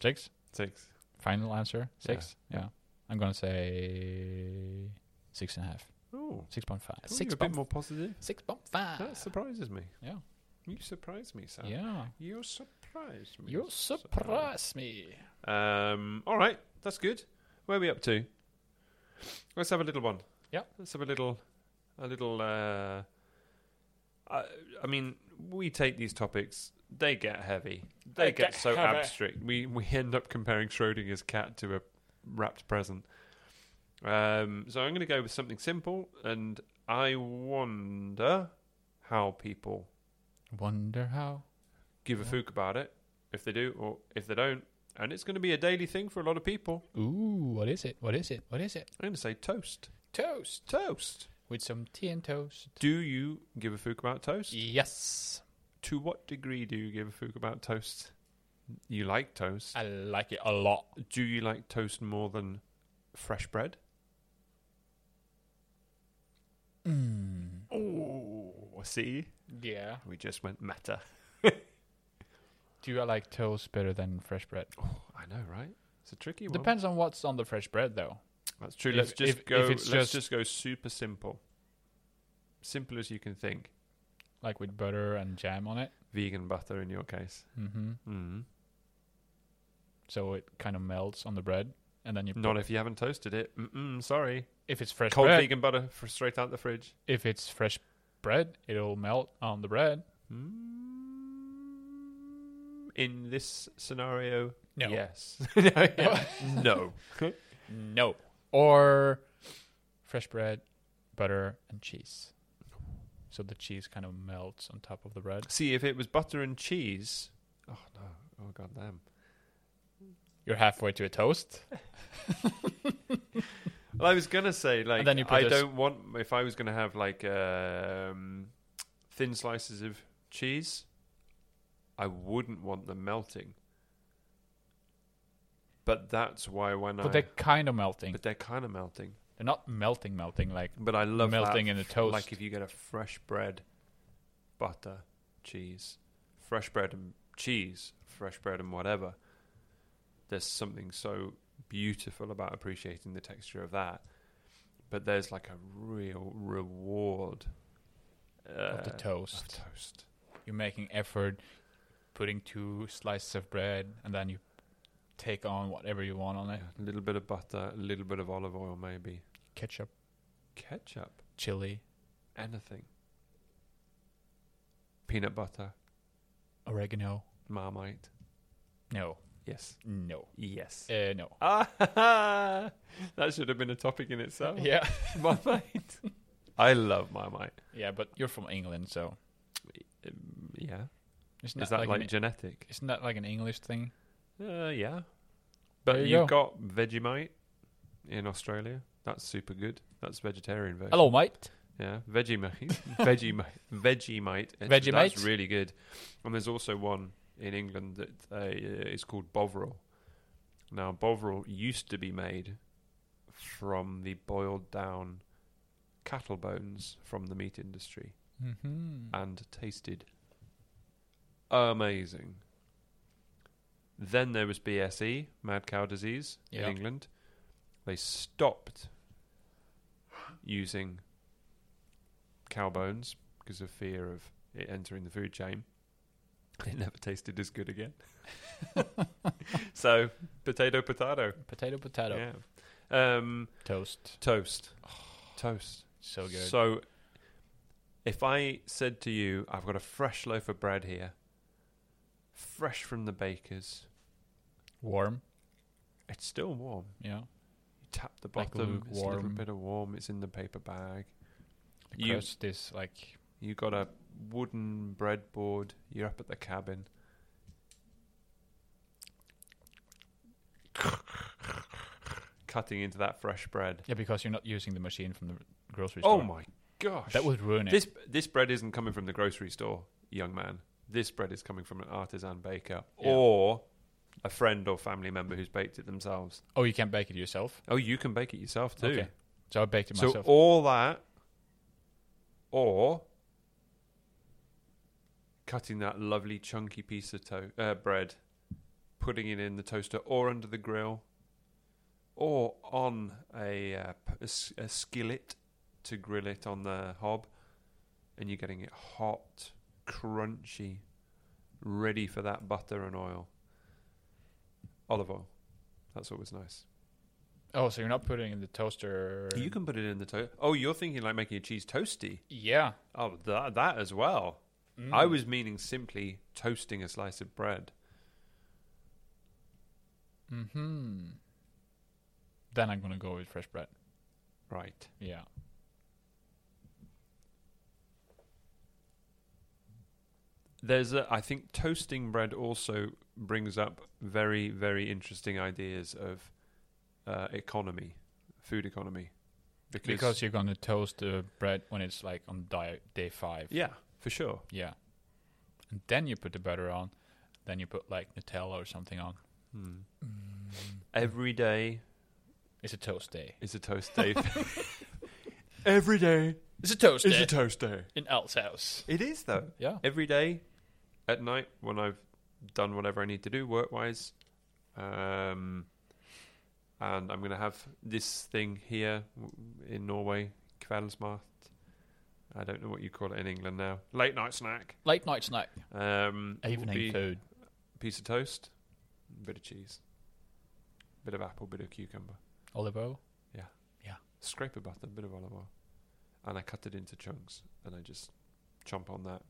A: Six.
B: Six.
A: Final answer.
B: Yeah.
A: Six. Yeah. I'm gonna say six and a half.
B: Oh,
A: Six point five.
B: six
A: Six
B: you're a bit
A: point
B: more positive.
A: Six point five.
B: That surprises me.
A: yeah.
B: You surprise me, Sam.
A: Yeah.
B: You surprise me.
A: You
B: Sam.
A: surprise me.
B: Um, all right, that's good. Where are we up to? Let's have a little one.
A: Yeah.
B: Let's have a little, a little. Uh, I, I mean, we take these topics; they get heavy. They,
A: They
B: get,
A: get
B: so
A: heavy.
B: abstract. We we end up comparing Schrodinger's cat to a wrapped present. Um, so I'm going to go with something simple, and I wonder how people
A: Wonder how.
B: give a
A: Yeah.
B: fook about it, if they do or if they don't. And it's going to be a daily thing for a lot of people.
A: Ooh, what is it? What is it? What is it?
B: I'm going to say toast.
A: Toast
B: Toast.
A: with some tea and toast.
B: Do you give a fook about toast?
A: Yes,
B: To what degree do you give a fook about toast? You like toast.
A: I like it a lot.
B: do you like toast more than fresh bread?
A: Mm.
B: Oh, see?
A: Yeah.
B: We just went meta.
A: Do you like toast better than fresh bread?
B: I know, right? It's a tricky one.
A: Depends on what's on the fresh bread, though.
B: That's true.
A: If-
B: let's just
A: if- if
B: go.
A: it's
B: let's
A: just-
B: just, go super simple, simple as you can think.
A: Like with butter and jam on it.
B: Vegan butter in your case.
A: Mm-hmm.
B: Mm-hmm.
A: So it kind of melts on the bread, and then you
B: Not if you haven't toasted it. Mm-mm, sorry.
A: if it's fresh
B: Cold
A: bread.
B: vegan butter for straight out the fridge.
A: If it's fresh bread, it'll melt on the bread.
B: Mm. In this scenario,
A: No.
B: yes. no. yeah. no.
A: No. Or fresh bread, butter, and cheese. So the cheese kind of melts on top of the bread.
B: See, if it was butter and cheese. Oh no! Oh god damn!
A: You're halfway to a toast.
B: Well, I was gonna say like
A: then you put
B: I
A: a s-
B: don't want if I was gonna have like um, thin slices of cheese, I wouldn't want them melting. But that's why when I
A: But they're kind of melting.
B: but they're kind of melting.
A: They're not melting, melting like
B: But I love that
A: melting in the toast.
B: Like if you get a fresh bread, butter, cheese, fresh bread and cheese, fresh bread and whatever. There's something so beautiful about appreciating the texture of that. But there's like a real reward uh,
A: of the
B: of
A: toast.
B: toast.
A: You're making effort, putting two slices of bread, and then you take on whatever you want on it.
B: A little bit of butter, a little bit of olive oil, maybe
A: Ketchup,
B: ketchup,
A: chili,
B: anything. Peanut butter,
A: oregano.
B: marmite.
A: No,
B: Yes.
A: no,
B: Yes.
A: uh, no.
B: Ah, ha, ha. that should have been a topic in itself.
A: Yeah,
B: Marmite. I love Marmite.
A: yeah, but you're from England, so
B: Um, yeah.
A: it's
B: Is that like,
A: an,
B: genetic?
A: isn't that like an English thing?
B: Uh, yeah. But
A: There
B: you
A: you
B: have got Vegemite in Australia. That's super good. That's vegetarian version.
A: Hello, mate.
B: Yeah, Vegemite. Vegemite. Vegemite. It's-
A: Vegemite?
B: That's really good. And there's also one in England that uh, is called Bovril. Now, Bovril used to be made from the boiled down cattle bones from the meat industry
A: Mm-hmm.
B: and tasted amazing. Then there was BSE, mad cow disease,
A: Yeah.
B: in England. They stopped using cow bones because of fear of it entering the food chain. It never tasted as good again. so, potato, potato.
A: Potato, potato,
B: Yeah. Um,
A: toast.
B: toast. Toast.
A: So good.
B: So, if I said to you, I've got a fresh loaf of bread here, fresh from the baker's,
A: Warm.
B: it's still warm.
A: Yeah.
B: You tap the
A: Like
B: bottom, it's a little
A: lukewarm.
B: bit of warm, it's in the paper bag.
A: The
B: You-
A: crust is like
B: You got a wooden breadboard, you're up at the cabin. Cutting into that fresh bread.
A: yeah, because you're not using the machine from the grocery
B: Oh
A: store.
B: my gosh.
A: That would ruin it.
B: This this bread isn't coming from the grocery store, young man. This bread is coming from an artisan baker
A: Yeah.
B: or a friend or family member who's baked it themselves.
A: oh, you can't bake it yourself.
B: Oh, you can bake it yourself too.
A: Okay. So I baked it
B: So
A: myself.
B: all that, or cutting that lovely chunky piece of to- uh, bread, putting it in the toaster or under the grill, or on a, uh, p- a s- a skillet to grill it on the hob, and you're getting it hot, crunchy, ready for that butter and oil, olive oil. That's always nice.
A: oh, so you're not putting it in the toaster.
B: You can put it in the toast. Oh, you're thinking like making a cheese toasty.
A: Yeah. Mm.
B: Oh, that, that as well. I was meaning simply toasting a slice of bread.
A: Mm-hmm. Then I'm gonna go with fresh bread.
B: Right.
A: Yeah.
B: There's a, I think toasting bread also brings up very, very interesting ideas of uh, economy, food economy.
A: Because you're gonna toast the bread when it's like on di- day five.
B: yeah, for sure.
A: Yeah. And then you put the butter on. Then you put like Nutella or something on.
B: Hmm. Every day
A: It's a toast day.
B: is a toast day. Every day
A: It's a toast
B: It's
A: day
B: a toast day.
A: in Al's house.
B: It is though.
A: Yeah.
B: Every day, at night when I've done whatever I need to do work wise, um, and I'm gonna have this thing here w- in Norway, Kveldsmat. I don't know what you call it in England now. Late night snack.
A: Late night snack.
B: Um, it will
C: Evening
B: be
C: food.
B: piece of toast, bit of cheese, bit of apple, bit of cucumber,
A: Olive oil.
B: scrape of butter, bit of olive oil, and I cut it into chunks and I just chomp on that.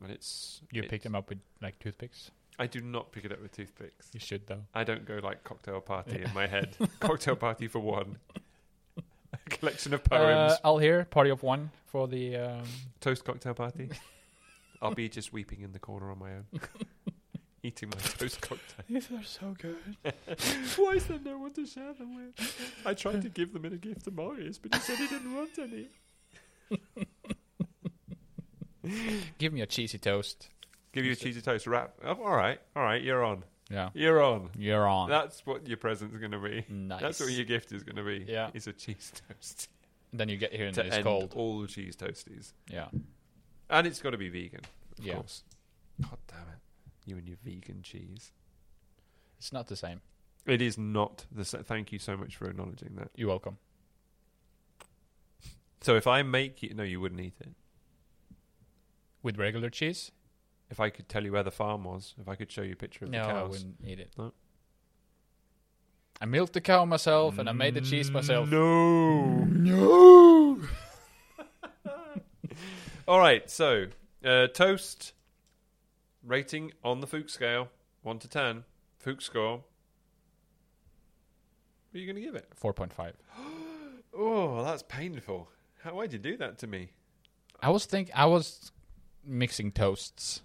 B: And it's
A: You
B: it's-
A: pick them up with like toothpicks.
B: I do not pick it up with toothpicks.
A: You should though.
B: I don't go like cocktail party in my head. cocktail party for one. A collection of poems.
A: Uh, Al here, party of one for the. Um,
B: Toast cocktail party. I'll be just weeping in the corner on my own. Eating my toast cocktail.
A: These are so good.
B: Why is there no one to share them with? I tried to give them in a gift to Marius, but he said he didn't want any.
A: Give me a cheesy toast.
B: Give you a cheesy toast wrap. Oh, all right, all right, you're on.
A: Yeah,
B: You're on.
A: you're on.
B: That's what your present's going to be.
A: nice.
B: That's what your gift is going to be.
A: Yeah.
B: It's a cheese toast.
A: then you get here and
B: to
A: it's
B: end
A: cold.
B: all cheese toasties.
A: Yeah,
B: And it's got to be vegan, of
A: Yeah.
B: course. God damn it. You and your vegan cheese.
A: it's not the same.
B: It is not the sa- Thank you so much for acknowledging that.
A: You're welcome.
B: So if I make you, no, you wouldn't eat it.
A: With regular cheese?
B: If I could tell you where the farm was, if I could show you a picture of
A: No,
B: the
A: I
B: cows.
A: wouldn't eat it.
B: No.
A: I milked the cow myself and I made the cheese myself.
B: No.
A: No.
B: All right. So uh, toast rating on the Fook scale, one to ten. Fook score. What are you going to give it?
A: Four point five.
B: Oh, that's painful. How why'd you do that to me?
A: I was think I was mixing toasts,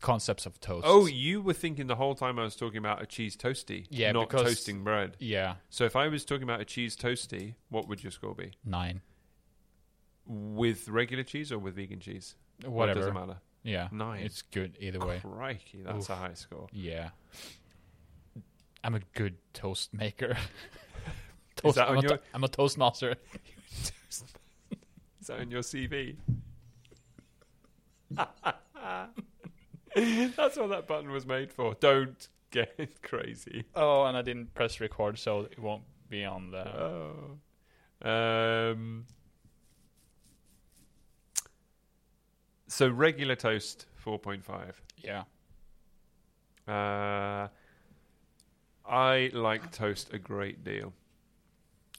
A: concepts of toasts.
B: Oh, you were thinking the whole time I was talking about a cheese toasty,
A: Yeah,
B: not
A: because-
B: toasting bread.
A: yeah,
B: So if I was talking about a cheese toasty, what would your score be?
A: nine,
B: With regular cheese or with vegan cheese? Or
A: whatever.
B: doesn't matter.
A: yeah,
B: Nine.
A: It's good either way.
B: Crikey, that's a high score.
A: Yeah, I'm a good toast maker.
B: Is that
A: I'm,
B: on
A: a
B: your-
A: I'm a toast master.
B: Is that on your CV? that's what that button was made for. Don't get crazy.
A: Oh, and I didn't press record, so it won't be on the.
B: Oh. Um, so regular toast, 4.5.
A: yeah,
B: Uh, I like toast a great deal.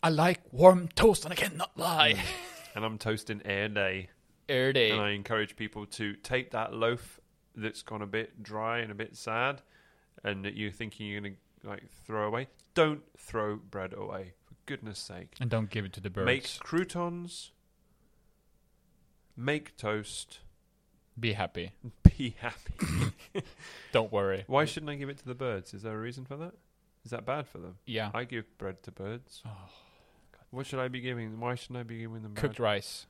A: I like warm toast, and I cannot lie.
B: And I'm toasting air day.
A: Air day.
B: And I encourage people to take that loaf that's gone a bit dry and a bit sad and that you're thinking you're going to like throw away. Don't throw bread away, for goodness sake.
A: and don't give it to the birds.
B: Make croutons. Make toast.
A: Be happy.
B: Be happy.
A: Don't worry.
B: Why shouldn't I give it to the birds? Is there a reason for that? Is that bad for them?
A: Yeah.
B: I give bread to birds.
A: Oh,
B: What should I be giving? them? Why shouldn't I be giving them bread?
A: Cooked rice.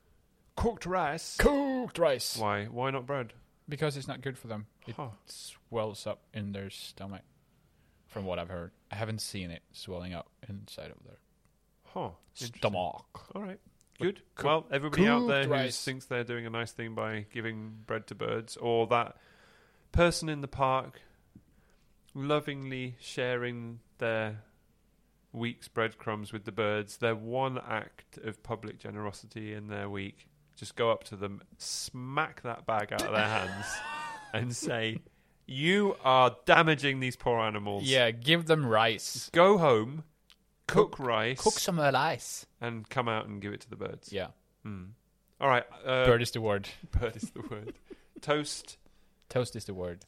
B: cooked rice?
A: Cooked rice.
B: Why? Why not bread?
A: Because it's not good for them. It
B: Huh.
A: swells up in their stomach, from what I've heard. I haven't seen it swelling up inside of their
B: Huh. Interesting.
A: stomach.
B: All right. Good. well, everybody out
A: cooked
B: there who
A: rice.
B: thinks they're doing a nice thing by giving bread to birds, or that person in the park lovingly sharing their week's breadcrumbs with the birds, their one act of public generosity in their week, just go up to them, smack that bag out of their hands, and say, You are damaging these poor animals.
A: Yeah, give them rice.
B: Go home, cook, rice,
A: Cook some rice.
B: and come out and give it to the birds.
A: Yeah,
B: Mm. All right. Uh,
A: bird is the word.
B: bird is the word. Toast.
A: Toast is the word.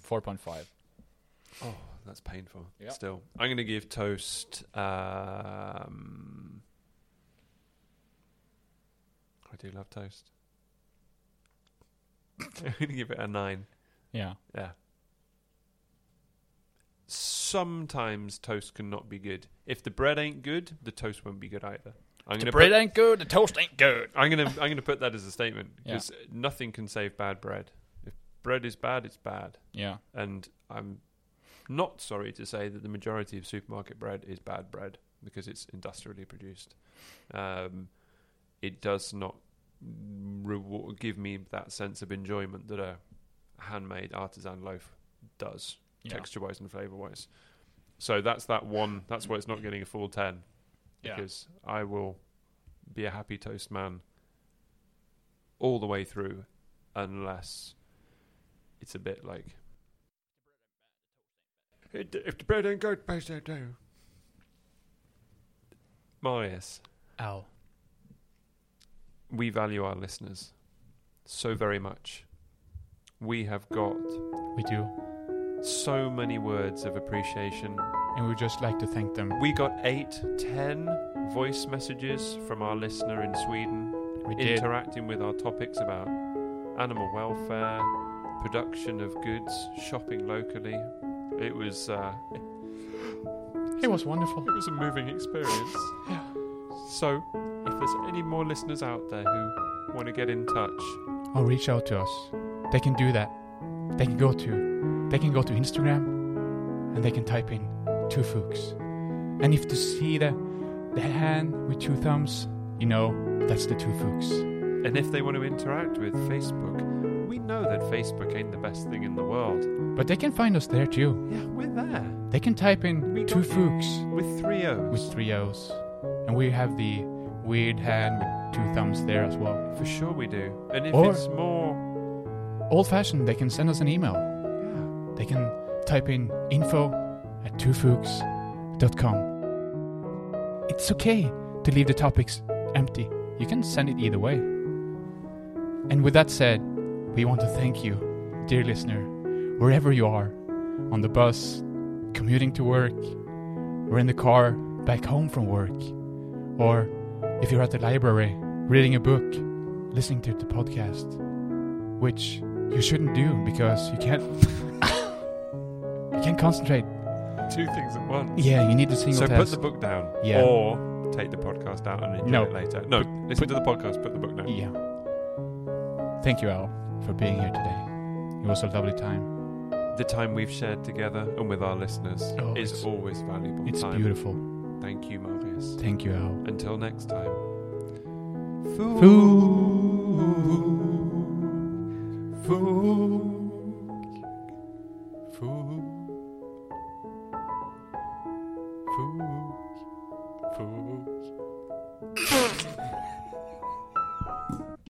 A: Four point five.
B: Oh, that's painful.
A: Yep.
B: Still, I'm going to give toast. Um, I do love toast. I'm going to give it a nine.
A: Yeah.
B: Yeah. Sometimes toast can not be good. If the bread ain't good, the toast won't be good either. I'm
A: The
B: gonna
A: bread
B: put-
A: ain't good. The toast ain't good.
B: I'm gonna I'm gonna put that as a statement
A: Yeah.
B: because nothing can save bad bread. If bread is bad, it's bad,
A: Yeah.
B: and I'm not sorry to say that the majority of supermarket bread is bad bread because it's industrially produced. Um, it does not reward, give me that sense of enjoyment that a handmade artisan loaf does,
D: Yeah.
B: texture wise and flavor wise. So that's that one. That's why it's not getting a full ten
D: Yeah.
B: because I will be a happy toast man all the way through, unless it's a bit like. "It- If the bread ain't good, toast ain't dough. Marius,
D: Ow.
B: we value our listeners so very much. We have got
D: We do.
B: so many words of appreciation
D: And we just like to thank them.
B: We got eight, ten voice messages from our listener in Sweden
D: We did.
B: interacting with our topics about animal welfare, production of goods, shopping locally. It was uh,
D: It was wonderful.
B: it was a moving experience.
D: Yeah.
B: So, if there's any more listeners out there who want to get in touch,
D: Or Oh, reach out to us. They can do that. They can go to they can go to Instagram and they can type in two fooks. And if you see the the hand with two thumbs, you know that's the two fooks.
B: and if they want to interact with Facebook, we know that Facebook ain't the best thing in the world.
D: But they can find us there too.
B: Yeah, we're there
D: They can type in
B: We
D: two
B: got you.
D: fooks
B: with three O's
D: with three O's. And we have the weird hand with two thumbs there as well.
B: for sure we do. And if
D: Or-
B: it's more
D: Old fashioned, they can send us an email.
B: yeah,
D: They can type in info at twofooks.com. It's okay to leave the topics empty. You can send it either way. And with that said, we want to thank you, dear listener, wherever you are on the bus, commuting to work, or in the car back home from work, or if you're at the library reading a book, listening to the podcast, which you shouldn't do because you can't you can't concentrate.
B: two things at once.
D: Yeah, you need the single
B: So put
D: test.
B: the book down,
D: Yeah.
B: or take the podcast out and enjoy
D: No.
B: it later. No, listen
D: put-
B: to the podcast. Put the book down.
D: yeah. Thank you, Al, for being here today. It was a lovely time.
B: The time we've shared together and with our listeners
D: Oh,
B: is
D: it's-
B: always valuable.
D: It's
B: time.
D: beautiful.
B: Thank you, Marius.
D: Thank you, Al.
B: Until next time. Food. Food. Food. Food. Food.